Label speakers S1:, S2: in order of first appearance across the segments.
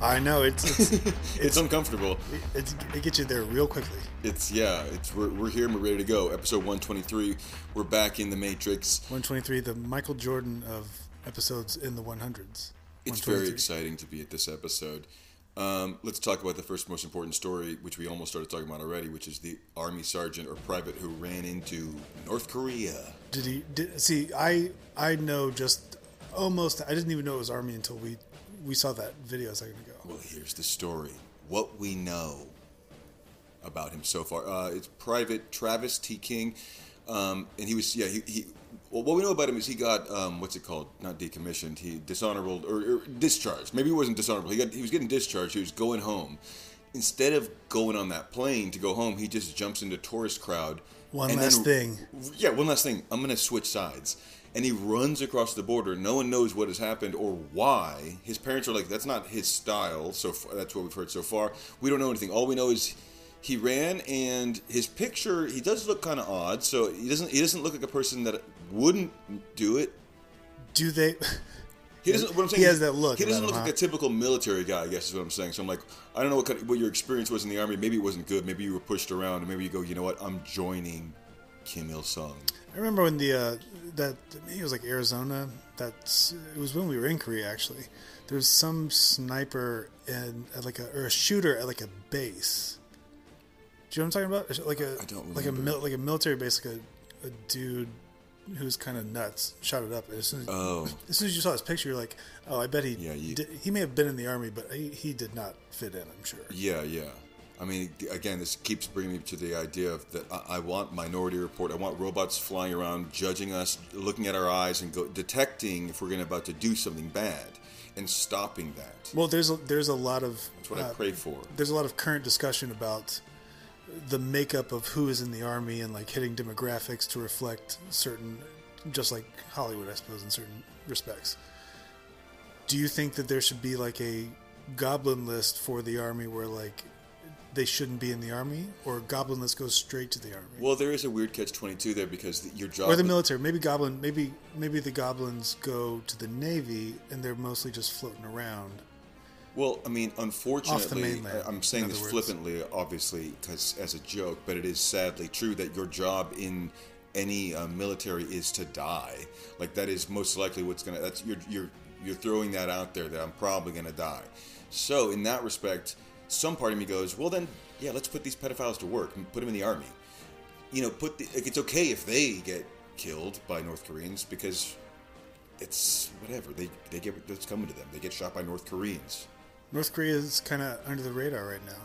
S1: I know it's it's it's,
S2: It's uncomfortable.
S1: it's it gets you there real quickly.
S2: It's yeah. It's we're, we're here and we're ready to go. Episode one twenty three. We're back in the Matrix.
S1: 123, the Michael Jordan of episodes in the 100s.
S2: It's very
S1: 123.
S2: exciting to be at this episode. Um, let's talk about the first most important story, which we almost started talking about already, which is the army sergeant or private who ran into North Korea.
S1: Did he did, see? I I know just almost. I didn't even know it was Army until we we saw that video a second ago.
S2: Well, here's the story. What we know about him so far. Uh, it's Private Travis T. King, um, and he was yeah he. he well, what we know about him is he got um, what's it called? Not decommissioned. He dishonorable or, or discharged. Maybe he wasn't dishonorable. He got he was getting discharged. He was going home. Instead of going on that plane to go home, he just jumps into tourist crowd.
S1: One
S2: and
S1: last
S2: then-
S1: thing.
S2: Yeah, one last thing. I'm gonna switch sides. And he runs across the border. No one knows what has happened or why. His parents are like, "That's not his style." So far, that's what we've heard so far. We don't know anything. All we know is he ran, and his picture he does look kind of odd. So he doesn't he doesn't look like a person that wouldn't do it.
S1: Do they?
S2: He doesn't. What I'm saying,
S1: He
S2: is
S1: has that look
S2: He doesn't
S1: about
S2: look
S1: him,
S2: like a
S1: huh?
S2: typical military guy. I guess is what I'm saying. So I'm like, I don't know what kind of, what your experience was in the army. Maybe it wasn't good. Maybe you were pushed around, and maybe you go, you know what? I'm joining Kim Il Sung.
S1: I remember when the uh, that maybe it was like Arizona. That's it was when we were in Korea actually. There was some sniper and at like a or a shooter at like a base. Do you know what I'm talking about? Like a
S2: I don't
S1: like a
S2: remember.
S1: mil- like a military base, like a, a dude who's kind of nuts shot it up. And as soon as,
S2: Oh.
S1: as soon as you saw his picture, you're like, oh, I bet he
S2: Yeah, you-
S1: did, he may have been in the army, but he, he did not fit in. I'm sure.
S2: Yeah, yeah. I mean, again, this keeps bringing me to the idea of that I, I want Minority Report. I want robots flying around, judging us, looking at our eyes, and go, detecting if we're going to about to do something bad, and stopping that.
S1: Well, there's a, there's a lot of
S2: That's what I
S1: uh,
S2: pray for.
S1: there's a lot of current discussion about the makeup of who is in the army and like hitting demographics to reflect certain just like Hollywood I suppose in certain respects. Do you think that there should be like a goblin list for the army where like they shouldn't be in the army or goblin list goes straight to the army?
S2: Well, there is a weird catch twenty two there because your job
S1: or the military. Maybe goblin maybe maybe the goblins go to the navy and they're mostly just floating around.
S2: Well, I mean, unfortunately,
S1: mainland,
S2: I- I'm saying
S1: in
S2: this
S1: other words.
S2: flippantly, obviously, because as a joke, but it is sadly true that your job in any uh, military is to die. Like that is most likely what's gonna. That's you're you're you're throwing that out there that I'm probably gonna die. So in that respect, some part of me goes, well, then yeah, let's put these pedophiles to work and put them in the army you know, put the, like, it's okay if they get killed by North Koreans because it's whatever they they get that's coming to them. They get shot by North Koreans.
S1: North Korea is kind of under the radar right now.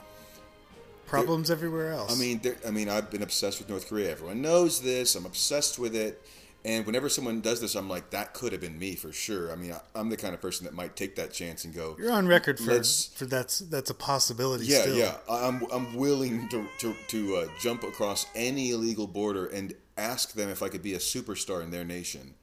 S1: Problems everywhere else.
S2: I mean, there- I mean, I've been obsessed with North Korea. Everyone knows this. I'm obsessed with it. And whenever someone does this, I'm like, that could have been me for sure. I mean, I, I'm the kind of person that might take that chance and go.
S1: You're on record for,
S2: Let's-
S1: for that's that's a possibility.
S2: Yeah,
S1: still.
S2: yeah. I- I'm I'm willing to to, to uh, jump across any illegal border and ask them if I could be a superstar in their nation.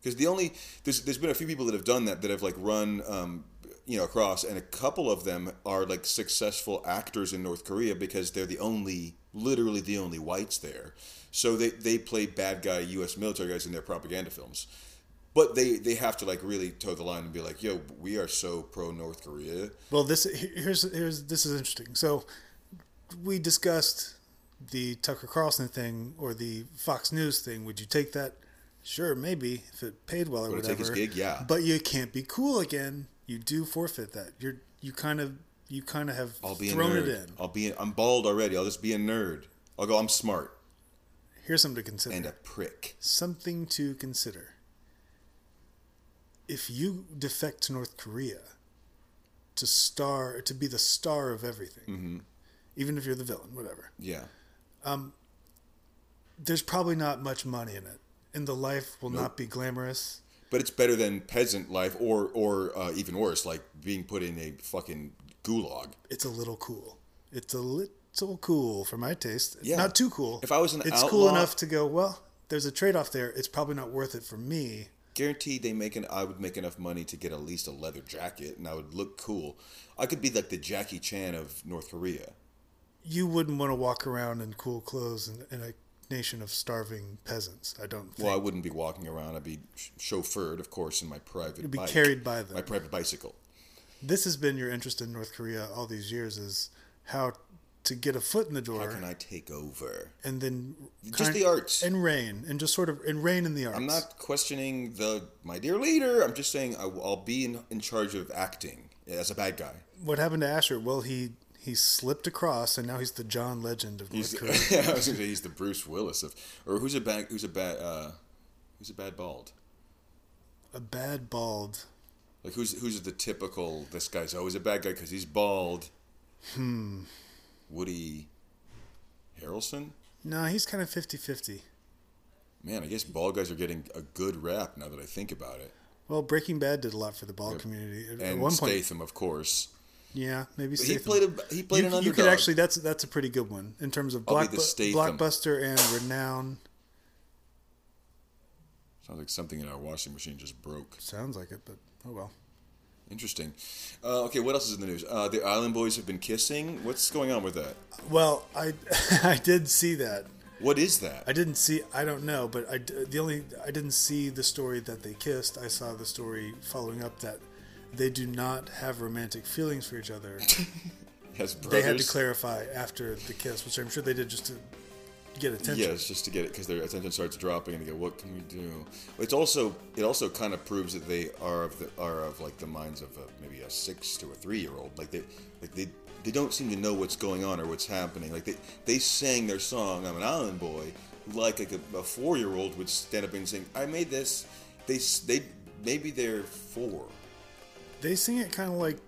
S2: Because the only there's there's been a few people that have done that that have like run um, you know across, and a couple of them are like successful actors in North Korea because they're the only literally the only whites there. So they they play bad guy U.S. military guys in their propaganda films. But they, they have to like really toe the line and be like, yo, we are so pro North Korea.
S1: Well, this here- here's here's this is interesting. So, we discussed the Tucker Carlson thing or the Fox News thing. Would you take that? Sure, maybe if it paid well or
S2: Would I
S1: whatever.
S2: take his gig? Yeah.
S1: But you can't be cool again. You do forfeit that. You're you kind of you kind of have
S2: I'll be
S1: thrown
S2: a nerd.
S1: it in.
S2: I'll be. I'm bald already. I'll just be a nerd. I'll go. I'm smart
S1: Here's something to consider.
S2: and a prick.
S1: something to consider. If you defect to North Korea to star to be the star of everything,
S2: Mm-hmm.
S1: even if you're the villain, whatever,
S2: Yeah.
S1: there's probably not much money in it, and the life will not be glamorous.
S2: But it's better than peasant life, or or uh, even worse, like being put in a fucking gulag.
S1: It's a little cool. It's a little cool for my taste. It's
S2: Yeah.
S1: not too cool.
S2: If I was an
S1: it's cool
S2: outlaw-
S1: enough to go. Well, there's a trade off there. It's probably not worth it for me.
S2: Guaranteed, they make an. I would make enough money to get at least a leather jacket, and I would look cool. I could be like the Jackie Chan of North Korea.
S1: You wouldn't want to walk around in cool clothes in, in a nation of starving peasants. I don't. think.
S2: Well, I wouldn't be walking around. I'd be ch- chauffeured, of course, in my private.
S1: You'd be
S2: bike.
S1: carried by them.
S2: My private bicycle.
S1: this has been your interest in North Korea all these years is how to get a foot in the door
S2: How can I take over?
S1: and then
S2: Just the arts.
S1: and reign and just sort of and reign in the arts.
S2: I'm not questioning the my dear leader. I'm just saying I, will be in, in charge of acting as a bad guy.
S1: What happened to Asher? Well, he he slipped across and now he's the John Legend of North
S2: He's,
S1: Korea.
S2: I was gonna say he's the Bruce Willis of, or who's a bad who's a bad uh, who's a bad bald.
S1: A bad bald.
S2: Like who's who's the typical this guy's always a bad guy because he's bald. Hmm. Woody Harrelson.
S1: No, he's kind of 50-50.
S2: Man, I guess bald guys are getting a good rap now that I think about it.
S1: Well, Breaking Bad did a lot for the bald community at, at
S2: And
S1: one point.
S2: Statham, of course.
S1: Yeah, maybe
S2: He
S1: Statham.
S2: played a he played
S1: you,
S2: an
S1: you
S2: underdog.
S1: could actually that's that's a pretty good one in terms of
S2: I'll be
S1: block,
S2: the Statham.
S1: blockbuster and renown.
S2: Sounds like something in our washing machine just broke.
S1: Sounds like it, but oh well.
S2: Interesting. Uh, okay, what else is in the news? Uh, the Island Boys have been kissing. What's going on with that?
S1: Well, I I did see that.
S2: What is that?
S1: I didn't see. I don't know, but I d- the only I didn't see the story that they kissed. I saw the story following up that they do not have romantic feelings for each other.
S2: Has
S1: they
S2: brothers?
S1: had to clarify after the kiss, which I'm sure they did just to get attention.
S2: Yes, just to get it because their attention starts dropping, and they go, "What can we do?" It's also it also kind of proves that they are of the are of like the minds of a, maybe a six to a three year old. Like they like they they don't seem to know what's going on or what's happening. Like they they sang their song "I'm an Island Boy" like a, a four year old would stand up and sing, "I made this." They s- they maybe they're four.
S1: They sing it kind of like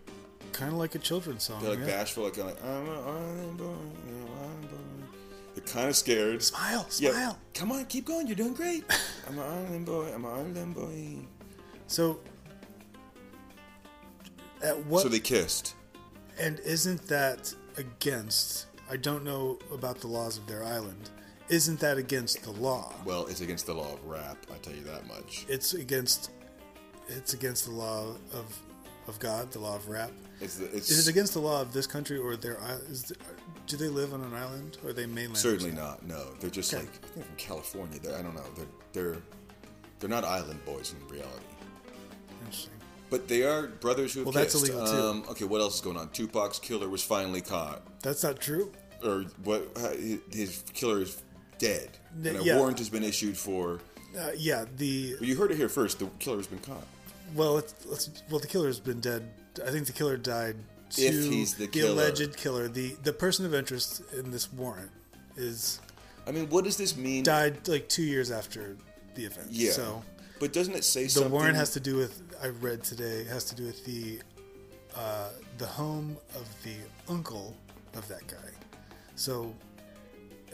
S1: kind of like a children's song.
S2: They're like
S1: yeah.
S2: bashful, like, kinda like I'm an island boy, I'm an island boy. They're kind of scared.
S1: Smile,
S2: Yeah,
S1: smile.
S2: come on, keep going. You're doing great. I'm an island boy. I'm an island boy.
S1: So, at what
S2: So they kissed.
S1: and isn't that against? I don't know about the laws of their island. Isn't that against the law?
S2: Well, it's against the law of rap. I tell you that much.
S1: It's against. It's against the law of of God, the law of rap.
S2: It's the, it's
S1: Is it against the law of this country or their i- is the- Do they live on an island or are they mainland?
S2: certainly not. No, they're just
S1: Okay.
S2: like I think from California. They're, I don't know. They're they're they're not island boys in reality.
S1: Interesting.
S2: But they are brothers who have
S1: Well, that's
S2: kissed.
S1: illegal, too.
S2: Um, okay, what else is going on? Tupac's killer was finally caught.
S1: That's not true.
S2: or what his killer is dead,
S1: N-
S2: and a
S1: yeah.
S2: warrant has been issued for.
S1: Uh, yeah, the
S2: Well, you heard it here first. The killer has been caught.
S1: Well, let's, let's, well, the killer's been dead. I think the killer died. To
S2: If he's the killer.
S1: alleged killer, the the person of interest in this warrant is
S2: I mean, what does this mean?
S1: died like two years after the event.
S2: yeah.
S1: So
S2: but doesn't it say
S1: the
S2: something?
S1: warrant has to do with I read today it has to do with the uh, the home of the uncle of that guy. So.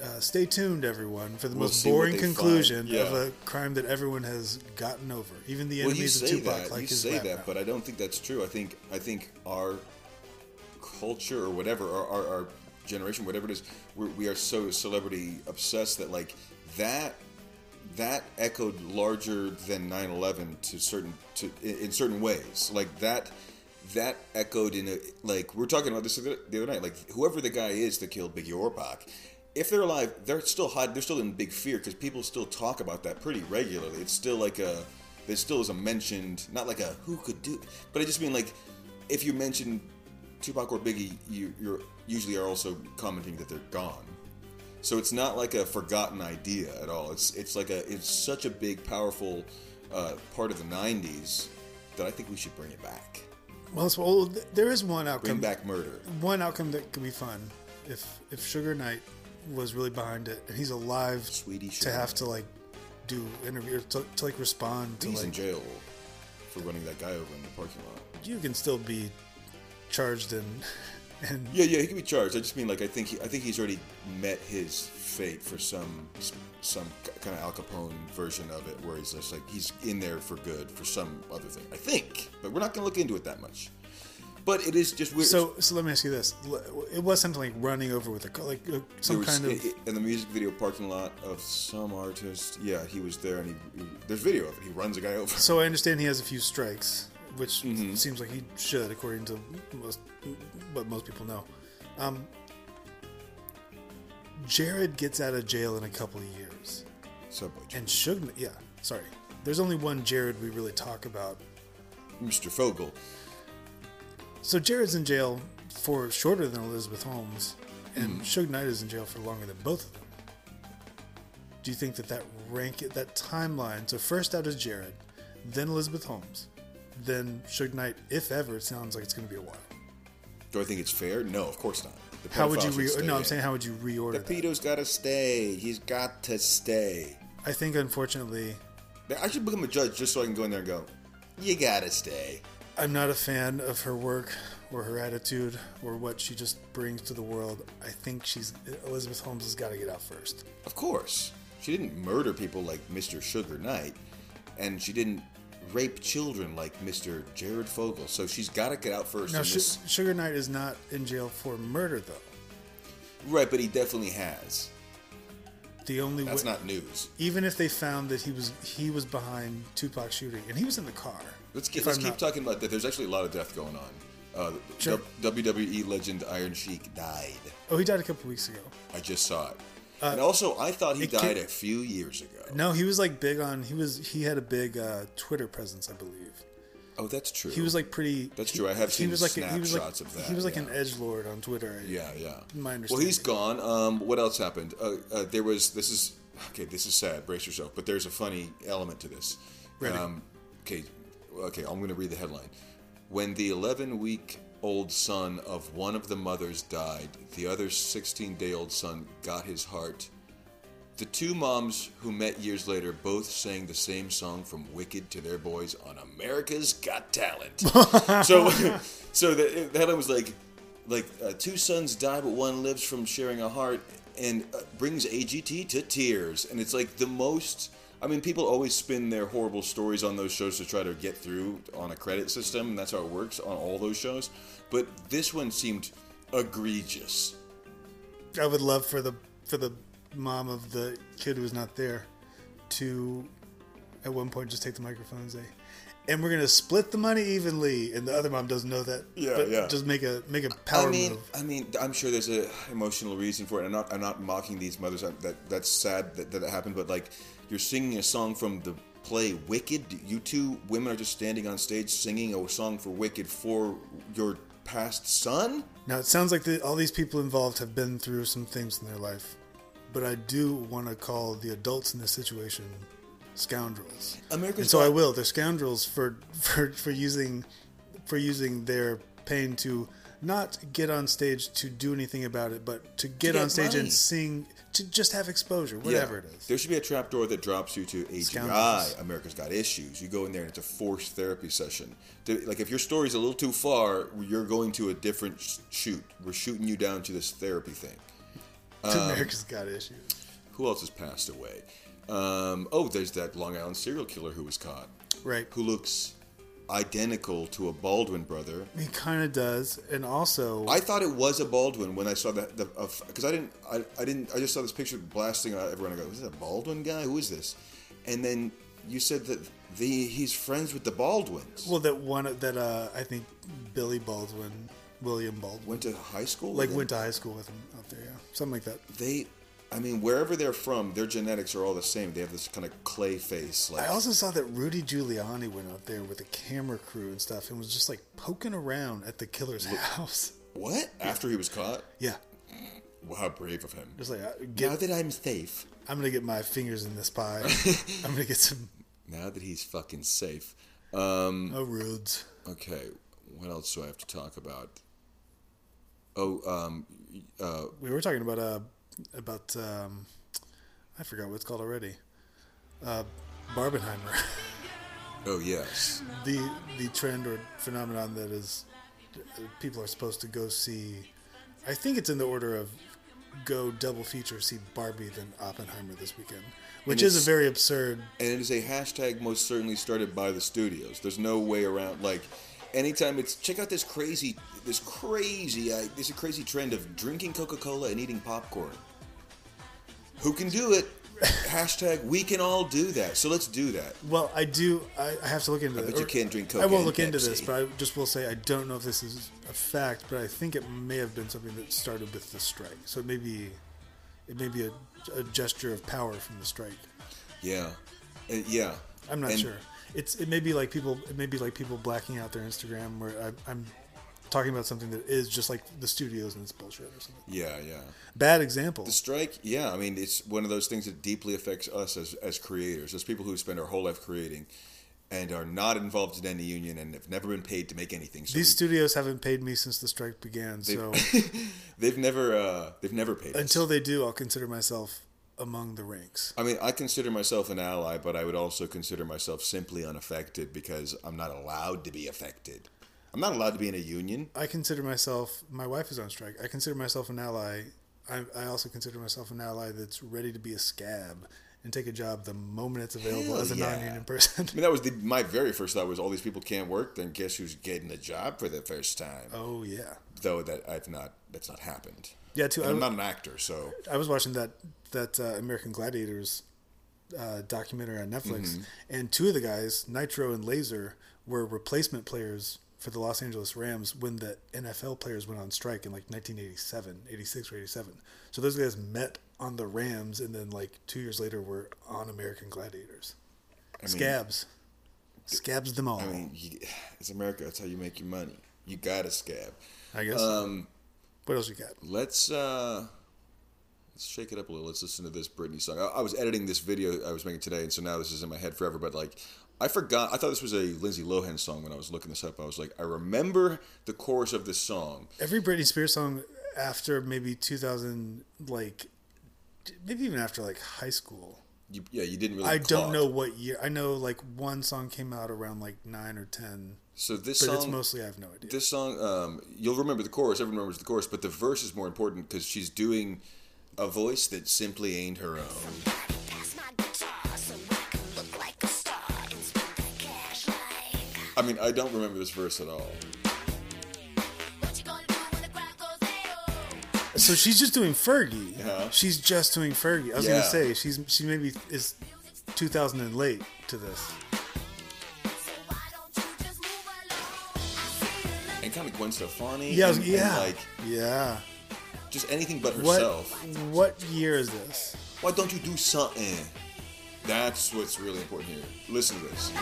S1: Uh, stay tuned, everyone, for the
S2: We'll
S1: most
S2: see what
S1: boring
S2: they find.
S1: conclusion of
S2: Yeah.
S1: a crime that everyone has gotten over. Even the
S2: Well,
S1: enemies
S2: you
S1: of
S2: say
S1: Tupac,
S2: that.
S1: like
S2: you
S1: his
S2: say
S1: rap
S2: that,
S1: battle.
S2: but I don't think that's true. I think I think our culture or whatever, our our, our generation, whatever it is, we're, we are so celebrity obsessed that like that that echoed larger than 9/11 to certain to in, in certain ways. Like that that echoed in a like we are talking about this the other- the other night. Like whoever the guy is that killed Biggie Orbach. If they're alive, they're still hot. They're still in big fear because people still talk about that pretty regularly. It's still like a, there still is a mentioned, not like a who could do, but I just mean like, if you mention Tupac or Biggie, you you're usually are also commenting that they're gone. So it's not like a forgotten idea at all. It's it's like a it's such a big, powerful uh, part of the '90s that I think we should bring it back.
S1: Well, it's, well, th- there is one
S2: Bring
S1: outcome.
S2: back murder.
S1: One outcome that could be fun if if Sugar Knight was really behind it and he's alive
S2: Sweetie
S1: to
S2: Sugar
S1: have
S2: Knight.
S1: to like do interview or to, to like respond to
S2: He's in
S1: like
S2: jail for running that guy over in the parking lot.
S1: you can still be charged and and
S2: Yeah, yeah, he can be charged. I just mean like I think he, I think he's already met his fate for some some kind of Al Capone version of it, where he's just like he's in there for good for some other thing. I think, but we're not going to look into it that much. But it is just weird.
S1: so so let me ask you this: L- it was something like running over with a car, like uh, some
S2: There was-
S1: kind of
S2: i- i- in the music video parking lot of some artist. Yeah, he was there, and he, he- there's video of it. He runs a guy over.
S1: So I understand he has a few strikes, which
S2: Mm-hmm.
S1: seems like he should, according to most, what most people know. Um, Jared gets out of jail in a couple of years,
S2: Subway.
S1: and Suge, yeah, sorry. There's only one Jared we really talk about.
S2: Mr. Fogel.
S1: So Jared's in jail for shorter than Elizabeth Holmes, and
S2: Hmm.
S1: Suge Knight is in jail for longer than both of them. Do you think that that rank that timeline? So first out is Jared, then Elizabeth Holmes, then Suge Knight. If ever, it sounds like it's going to be a while.
S2: Do I think it's fair? No, of course not. The
S1: How would you?
S2: pedophile should
S1: Re-
S2: stay
S1: no, I'm
S2: in.
S1: saying how would you reorder?
S2: the
S1: that?
S2: pedo's got to stay. He's got to stay.
S1: I think unfortunately,
S2: I should become a judge just so I can go in there and go. You gotta stay.
S1: I'm not a fan of her work or her attitude or what she just brings to the world. I think she's Elizabeth Holmes has got to get out first.
S2: Of course. She didn't murder people like Mr. Sugar Knight, and she didn't rape children like Mr. Jared Fogle. So she's got to get out first.
S1: Now,
S2: and
S1: Su
S2: this-
S1: Sugar Knight is not in jail for murder though.
S2: right, but he definitely has.
S1: The only
S2: That's
S1: way,
S2: not news.
S1: even if they found that he was he was behind Tupac's shooting and he was in the car.
S2: Let's, keep
S1: If
S2: let's
S1: I'm
S2: keep
S1: not-
S2: talking about that. There's actually a lot of death going on. Uh,
S1: Sure.
S2: W- WWE legend Iron Sheik died.
S1: Oh, he died a couple weeks ago.
S2: I just saw it. and also, I thought he
S1: Uh, it can-
S2: died a few years ago.
S1: No, he was like big on he was he had a big uh, Twitter presence, I believe.
S2: Oh, that's true.
S1: He was like pretty.
S2: That's
S1: he-
S2: true. I have
S1: he
S2: seen
S1: was like a- he was like-
S2: snapshots of that,
S1: He was like
S2: yeah.
S1: an edge lord on Twitter.
S2: Yeah, yeah.
S1: My
S2: Well, he's
S1: understanding.
S2: gone. Um, what else happened? Uh, uh, there was this is okay. This is sad. Brace yourself. But there's a funny element to this.
S1: Ready.
S2: Um, okay, okay. I'm going to read the headline. When the 11 week old son of one of the mothers died, the other 16 day old son got his heart. The two moms who met years later both sang the same song from Wicked to their boys on America's Got Talent. so, so the, the headline was like, like uh, two sons die but one lives from sharing a heart and uh, brings AGT to tears. And it's like the most. I mean, people always spin their horrible stories on those shows to try to get through on a credit system, and that's how it works on all those shows. But this one seemed egregious.
S1: I would love for the for the mom of the kid who's not there to at one point just take the microphone and say, "And we're gonna split the money evenly," and the other mom doesn't know that.
S2: Yeah, yeah.
S1: Just make a make a
S2: I
S1: power
S2: mean,
S1: move.
S2: I mean, I'm sure there's a emotional reason for it. I'm not, I'm not mocking these mothers. I'm, that that's sad that that it happened. But like, you're singing a song from the play Wicked. You two women are just standing on stage singing a song for Wicked for your past son.
S1: Now it sounds like the, all these people involved have been through some things in their life, but I do want to call the adults in this situation scoundrels.
S2: America's
S1: and so
S2: Got-
S1: I will. They're scoundrels for for for using for using their pain to not get on stage to do anything about it, but to get,
S2: get
S1: on stage
S2: money.
S1: and sing to just have exposure, whatever it is.
S2: There should be a trapdoor that drops you to AGI,
S1: Scoundrels.
S2: America's Got Issues. You go in there and it's a forced therapy session. To- Like, if your story's a little too far, you're going to a different sh- shoot. We're shooting you down to this therapy thing. Um,
S1: America's got issues.
S2: Who else has passed away? Um, oh, there's that Long Island serial killer who was caught,
S1: Right.
S2: who looks identical to a Baldwin brother.
S1: He kind of does, and also
S2: I thought it was a Baldwin when I saw that the because I didn't I, I didn't I just saw this picture blasting out everyone. I go, is this a Baldwin guy? Who is this? And then you said that the he's friends with the Baldwins.
S1: well that one that uh, I think Billy Baldwin, William Baldwin,
S2: went to high school. with
S1: like
S2: him?
S1: went to high school with him out there, yeah, something like that.
S2: they. I mean, wherever they're from, their genetics are all the same. They have this kind of clay face. Like
S1: I also saw that Rudy Giuliani went out there with a camera crew and stuff, and was just like poking around at the killer's house.
S2: what? After he was caught,
S1: Yeah,
S2: wow, how brave of him.
S1: just like I- get,
S2: Now that I'm safe.
S1: I'm gonna get my fingers in this pie. I'm gonna get some
S2: Now that he's fucking safe. Um,
S1: oh, rudes.
S2: okay, what else do I have to talk about? Oh, um, uh,
S1: We were talking about uh about um I forgot what it's called already. Uh, Barbenheimer,
S2: oh yes.
S1: the the trend or phenomenon that is uh, people are supposed to go see. I think it's in the order of go double feature see Barbie then Oppenheimer this weekend, which is a
S2: it's-
S1: very absurd.
S2: And it is a hashtag most certainly started by the studios. There's no way around. Like, anytime it's check out this crazy, this crazy, uh, this crazy trend of drinking Coca-Cola and eating popcorn. Who can do it? hashtag we can all do that. So let's do that.
S1: Well, I do. I, I have to look into this.
S2: bet you can't drink Coke
S1: I will
S2: and
S1: look into this,
S2: Pepsi.
S1: but I just will say I don't know if this is a fact, but I think it may have been something that started with the strike. So it may be, it may be a, a gesture of power from the strike.
S2: Yeah, Uh, yeah.
S1: I'm not
S2: And-
S1: sure. It's it may be like people it may be like people blacking out their Instagram. Where I, I'm talking about something that is just like the studios and it's bullshit or something.
S2: Yeah, yeah.
S1: Bad example.
S2: The strike, yeah, I mean, it's one of those things that deeply affects us as, as creators, as people who spend our whole life creating and are not involved in any union and have never been paid to make anything. So
S1: These studios haven't paid me since the strike began,
S2: we-
S1: so
S2: they've never uh, they've never paid us.
S1: until they do, I'll consider myself among the ranks.
S2: I mean, I consider myself an ally, but I would also consider myself simply unaffected because I'm not allowed to be affected. I'm not allowed to be in a union.
S1: I consider myself. My wife is on strike. I consider myself an ally. I, I also consider myself an ally that's ready to be a scab and take a job the moment it's available
S2: Hell
S1: as a
S2: yeah.
S1: non-union person.
S2: I mean, that was the, my very first thought was all these people can't work. Then guess who's getting a job for the first time?
S1: oh yeah,
S2: Though that I've not that's not happened.
S1: yeah. Too.
S2: And
S1: I,
S2: I'm not an actor, so
S1: I was watching that that uh, American Gladiators uh, documentary on Netflix,
S2: Mm-hmm.
S1: and two of the guys, Nitro and Laser, were replacement players for the Los Angeles Rams when the NFL players went on strike in like 1987, 86 or 87. So those guys met on the Rams, and then like two years later were on American Gladiators.
S2: I mean,
S1: Scabs, scabs them all.
S2: I mean, you, it's America. That's how you make your money. You gotta scab.
S1: I guess.
S2: Um,
S1: what else you got?
S2: let's uh let's shake it up a little let's listen to this britney song I, I was editing this video i was making today and so now this is in my head forever but like i forgot i thought this was a lindsay lohan song when i was looking this up i was like i remember the chorus of this song
S1: every Britney Spears song after maybe 2000, like maybe even after like high school.
S2: you, yeah you didn't really
S1: I
S2: clock.
S1: don't know what year. I know like one song came out around like nine or ten,
S2: so this
S1: but it's
S2: song
S1: mostly I have no idea.
S2: this song um, you'll remember the chorus everyone remembers the chorus but the verse is more important because she's doing a voice that simply ain't her own i mean i don't remember this verse at all
S1: so she's just doing Fergie.
S2: Yeah.
S1: She's just doing Fergie. I was
S2: Uh-huh. Yeah.
S1: gonna say she's she maybe is two thousand and late to this.
S2: and kind of gwen stefani
S1: Yeah, I was-
S2: and- and,
S1: yeah,
S2: like
S1: yeah.
S2: just anything but
S1: What
S2: herself
S1: what year is this?
S2: Why don't you do something? That's what's really important here. Listen to this.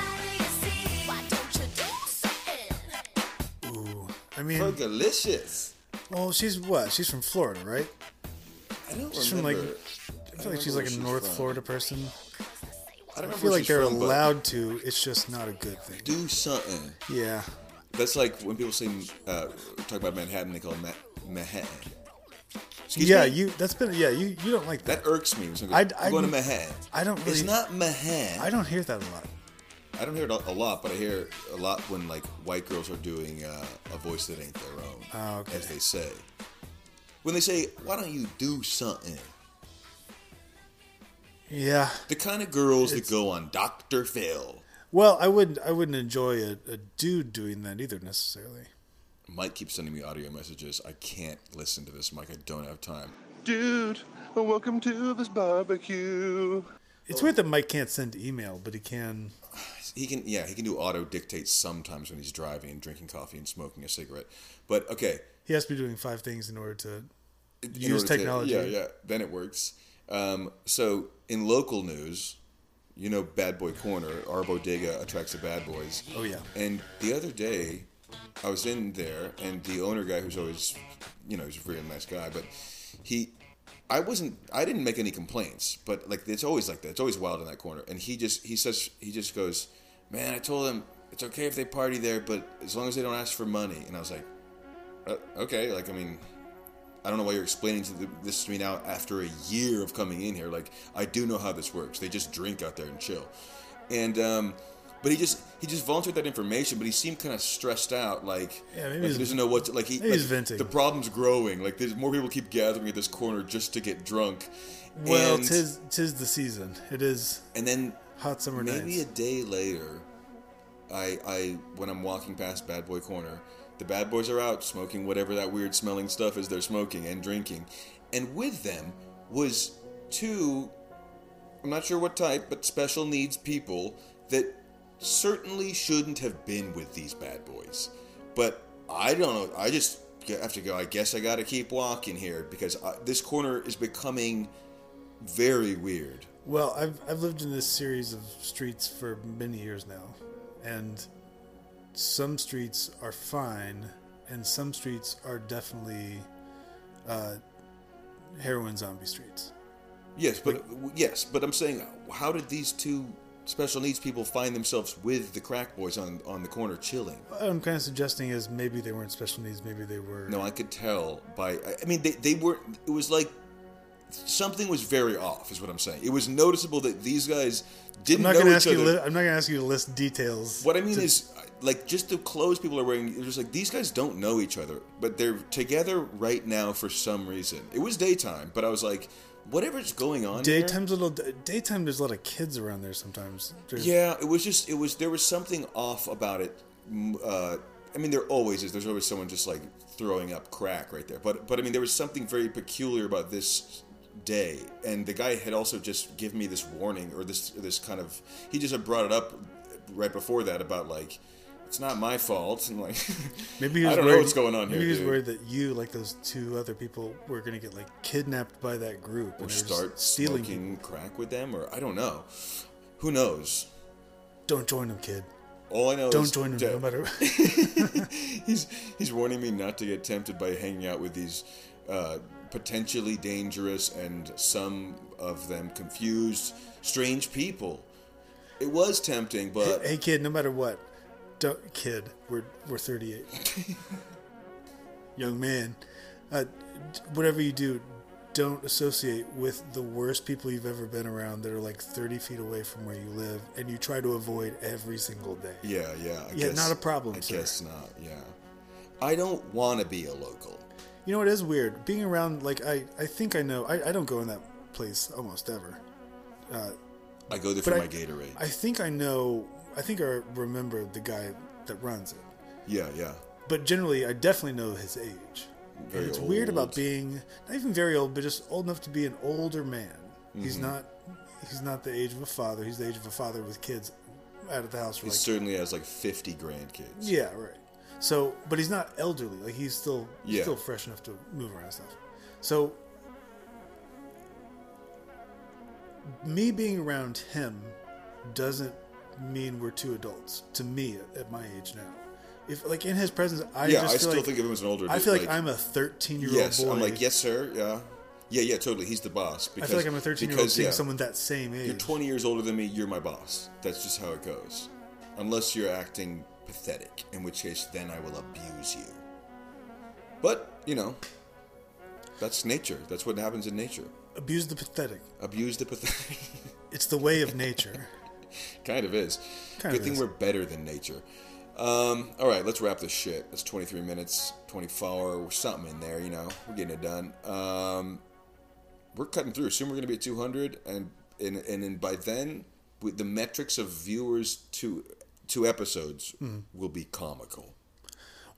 S1: Ooh, I mean,
S2: Fergalicious.
S1: well, she's what? She's from Florida, right?
S2: I don't
S1: She's from, like-
S2: remember.
S1: I feel like she's like a North Florida person.
S2: I, don't remember
S1: I feel
S2: where
S1: like
S2: she's
S1: they're
S2: from, but
S1: allowed to. It's just not a good thing.
S2: Do something.
S1: Yeah.
S2: That's like when people say uh, talk about Manhattan, they call it Ma- Manhattan. Excuse
S1: Yeah,
S2: me?
S1: you. That's been. Yeah, you. You don't like that.
S2: That irks me. When
S1: I-
S2: I,
S1: I-
S2: am going to Manhattan.
S1: I don't really.
S2: It's not Manhattan.
S1: I don't hear that a lot.
S2: I don't hear it a a lot, but I hear it a lot when like white girls are doing uh, a voice that ain't their own,
S1: Oh, okay.
S2: as they say. When they say, "Why don't you do something?"
S1: Yeah.
S2: The kind of girls that go on Dr. Phil
S1: Well, I wouldn't. I wouldn't enjoy a, a dude doing that either necessarily.
S2: Mike keeps sending me audio messages. I can't listen to this, Mike. I don't have time.
S3: Dude, welcome to this barbecue.
S1: It's weird that Mike can't send email, but he can.
S2: He can, yeah, he can do auto dictates sometimes when he's driving and drinking coffee and smoking a cigarette. But okay,
S1: He has to be doing five things in order to.
S2: in
S1: Use
S2: order to-
S1: technology.
S2: yeah, yeah, then it works. Um, so in local news, you know, Bad Boy Corner, our bodega attracts the bad boys.
S1: Oh yeah.
S2: And the other day, I was in there, and the owner guy, who's always, you know, he's a really nice guy, but he, I wasn't, I didn't make any complaints, but like it's always like that. It's always wild in that corner. And he just, he says, he just goes, man, I told him it's okay if they party there, but as long as they don't ask for money. And I was like, uh, okay, like I mean. I don't know why you're explaining to the, this to me now after a year of coming in here. Like I do know how this works. They just drink out there and chill, and um, but he just he just volunteered that information. But he seemed kind of stressed out. Like
S1: Yeah, maybe
S2: like
S1: he's-
S2: he doesn't know what to, like he
S1: maybe he's
S2: like,
S1: venting.
S2: The problem's growing. Like there's more people keep gathering at this corner just to get drunk.
S1: Well,
S2: and,
S1: tis tis the season. It is
S2: and then
S1: hot summer
S2: maybe
S1: nights.
S2: a day later, I I when I'm walking past Bad Boy Corner, the bad boys are out smoking whatever that weird smelling stuff is they're smoking and drinking, and with them was two, I'm not sure what type, but special needs people that certainly shouldn't have been with these bad boys, but I don't know. I just have to go. I guess I got to keep walking here because I, this corner is becoming very weird.
S1: Well, I've I've lived in this series of streets for many years now, and some streets are fine and some streets are definitely uh, heroin zombie streets.
S2: Yes, but uh, yes, but I'm saying, uh, how did these two special needs people find themselves with the crack boys on on the corner chilling?
S1: What I'm kind of suggesting is maybe they weren't special needs, maybe they were.
S2: No, I could tell by. I- I mean, they they were. It was like something was very off. Is what I'm saying. It was noticeable that these guys
S1: I'm
S2: didn't
S1: not
S2: know
S1: going to
S2: each
S1: ask
S2: other.
S1: you. Li- I'm not going to ask you to list details.
S2: What I mean is, like, just the clothes people are wearing, it's just like these guys don't know each other, but they're together right now for some reason. It was daytime, but I was like, whatever's going on. here-
S1: Daytime's a little. Daytime, there's a lot of kids around there sometimes. There's,
S2: Yeah, it was just, it was, there was something off about it. M- Uh, I mean, there always is. There's always someone just like throwing up crack right there. But, but I mean, there was something very peculiar about this day and the guy had also just given me this warning or this this kind of he just had brought it up right before that about like it's not my fault and like
S1: Maybe he was
S2: I don't
S1: worried,
S2: know what's going on
S1: maybe
S2: here.
S1: he was
S2: dude.
S1: worried that you, like those two other people, were going to get like kidnapped by that group
S2: or
S1: and they were
S2: start
S1: stealing. people.
S2: smoking crack with them, or I don't know. Who knows?
S1: Don't join them, kid.
S2: All I know
S1: Don't
S2: is
S1: join them,
S2: that
S1: no matter.
S2: he's he's warning me not to get tempted by hanging out with these uh, potentially dangerous and some of them confused, strange people. It was tempting, but
S1: hey, kid. No matter what, don't kid. We're we're 38. Young man, uh, d- whatever you do, don't associate with the worst people you've ever been around that are like 30 feet away from where you live, and you try to avoid every single day.
S2: yeah, yeah. I
S1: Yeah,
S2: guess,
S1: not a problem,
S2: I
S1: sir.
S2: guess not. Yeah, I don't want to be a local.
S1: You know, it is weird being around. Like I, I think I know. I, I don't go in that place almost ever.
S2: I go there for
S1: I-
S2: my Gatorade.
S1: I think I know. I think I remember the guy that runs it.
S2: yeah, yeah.
S1: But generally, I definitely know his age.
S2: Very
S1: it's weird about
S2: old.
S1: being not even very old, but just old enough to be an older man. He's
S2: Mm-hmm.
S1: not. He's not the age of a father. He's the age of a father with kids out of the house for
S2: He
S1: like
S2: certainly has like fifty grandkids.
S1: yeah, right. So, but he's not elderly. Like he's still he's
S2: Yeah.
S1: still fresh enough to move around and stuff. So, me being around him doesn't mean we're two adults to me at, at my age now. If like in his presence, I
S2: Yeah,
S1: just
S2: I
S1: feel
S2: still
S1: like,
S2: think of him as an older.
S1: I
S2: dude,
S1: feel like, I'm a 13 year old
S2: Yes,
S1: boy.
S2: I'm like yes, sir. Yeah, yeah, yeah. Totally, he's the boss.
S1: I
S2: Because,
S1: feel like I'm a 13 year old
S2: because,
S1: seeing
S2: yeah,
S1: someone that same age.
S2: You're 20 years older than me. You're my boss. That's just how it goes. Unless you're acting pathetic, in which case then I will abuse you. But you know, that's nature. That's what happens in nature.
S1: Abuse the pathetic.
S2: Abuse the pathetic.
S1: It's the way of nature.
S2: kind of is.
S1: Kind
S2: Good
S1: of
S2: thing
S1: is.
S2: we're better than nature. Um, all right, let's wrap this shit. It's 23 minutes, 24, or something in there. You know, we're getting it done. Um, we're cutting through. Soon we're going to be at 200, and and and then by then, with the metrics of viewers to to episodes
S1: Mm-hmm.
S2: will be comical.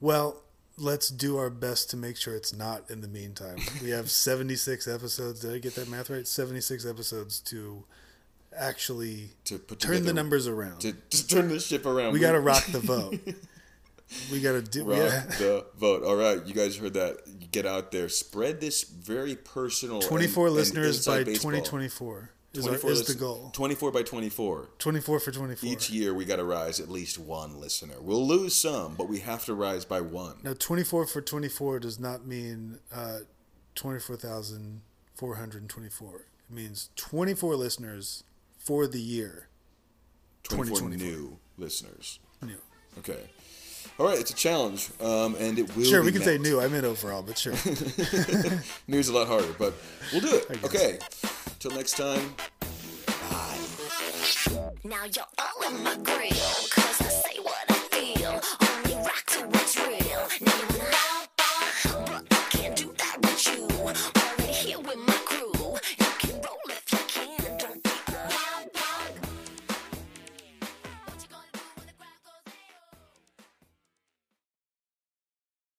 S1: Well, let's do our best to make sure it's not in the meantime. We have 76 episodes. Did I get that math right? 76 episodes to actually
S2: To put
S1: turn the
S2: together-
S1: numbers around.
S2: to, to turn this ship around.
S1: we got to rock the vote. we got to do
S2: Rock
S1: yeah.
S2: the vote. All right, you guys heard that. Get out there. Spread this very personal. and-
S1: 24
S2: and
S1: listeners
S2: inside
S1: by
S2: baseball.
S1: 2024 is, our,
S2: 24
S1: is the
S2: listen-
S1: goal.
S2: 24 by 24.
S1: 24 for 24.
S2: Each year, we got to rise at least one listener. We'll lose some, but we have to rise by one.
S1: now, 24 for 24 does not mean uh, 24,424. It means 24 listeners for the year.
S2: 24
S1: 2024.
S2: new listeners.
S1: New.
S2: Okay. All right, it's a challenge, um, and it will.
S1: Sure,
S2: be
S1: we can say
S2: met.
S1: new. I meant overall, but sure.
S2: New's a lot harder, but we'll do it.
S1: guess.
S2: Okay. Till next time.
S4: Now you're all in my grill.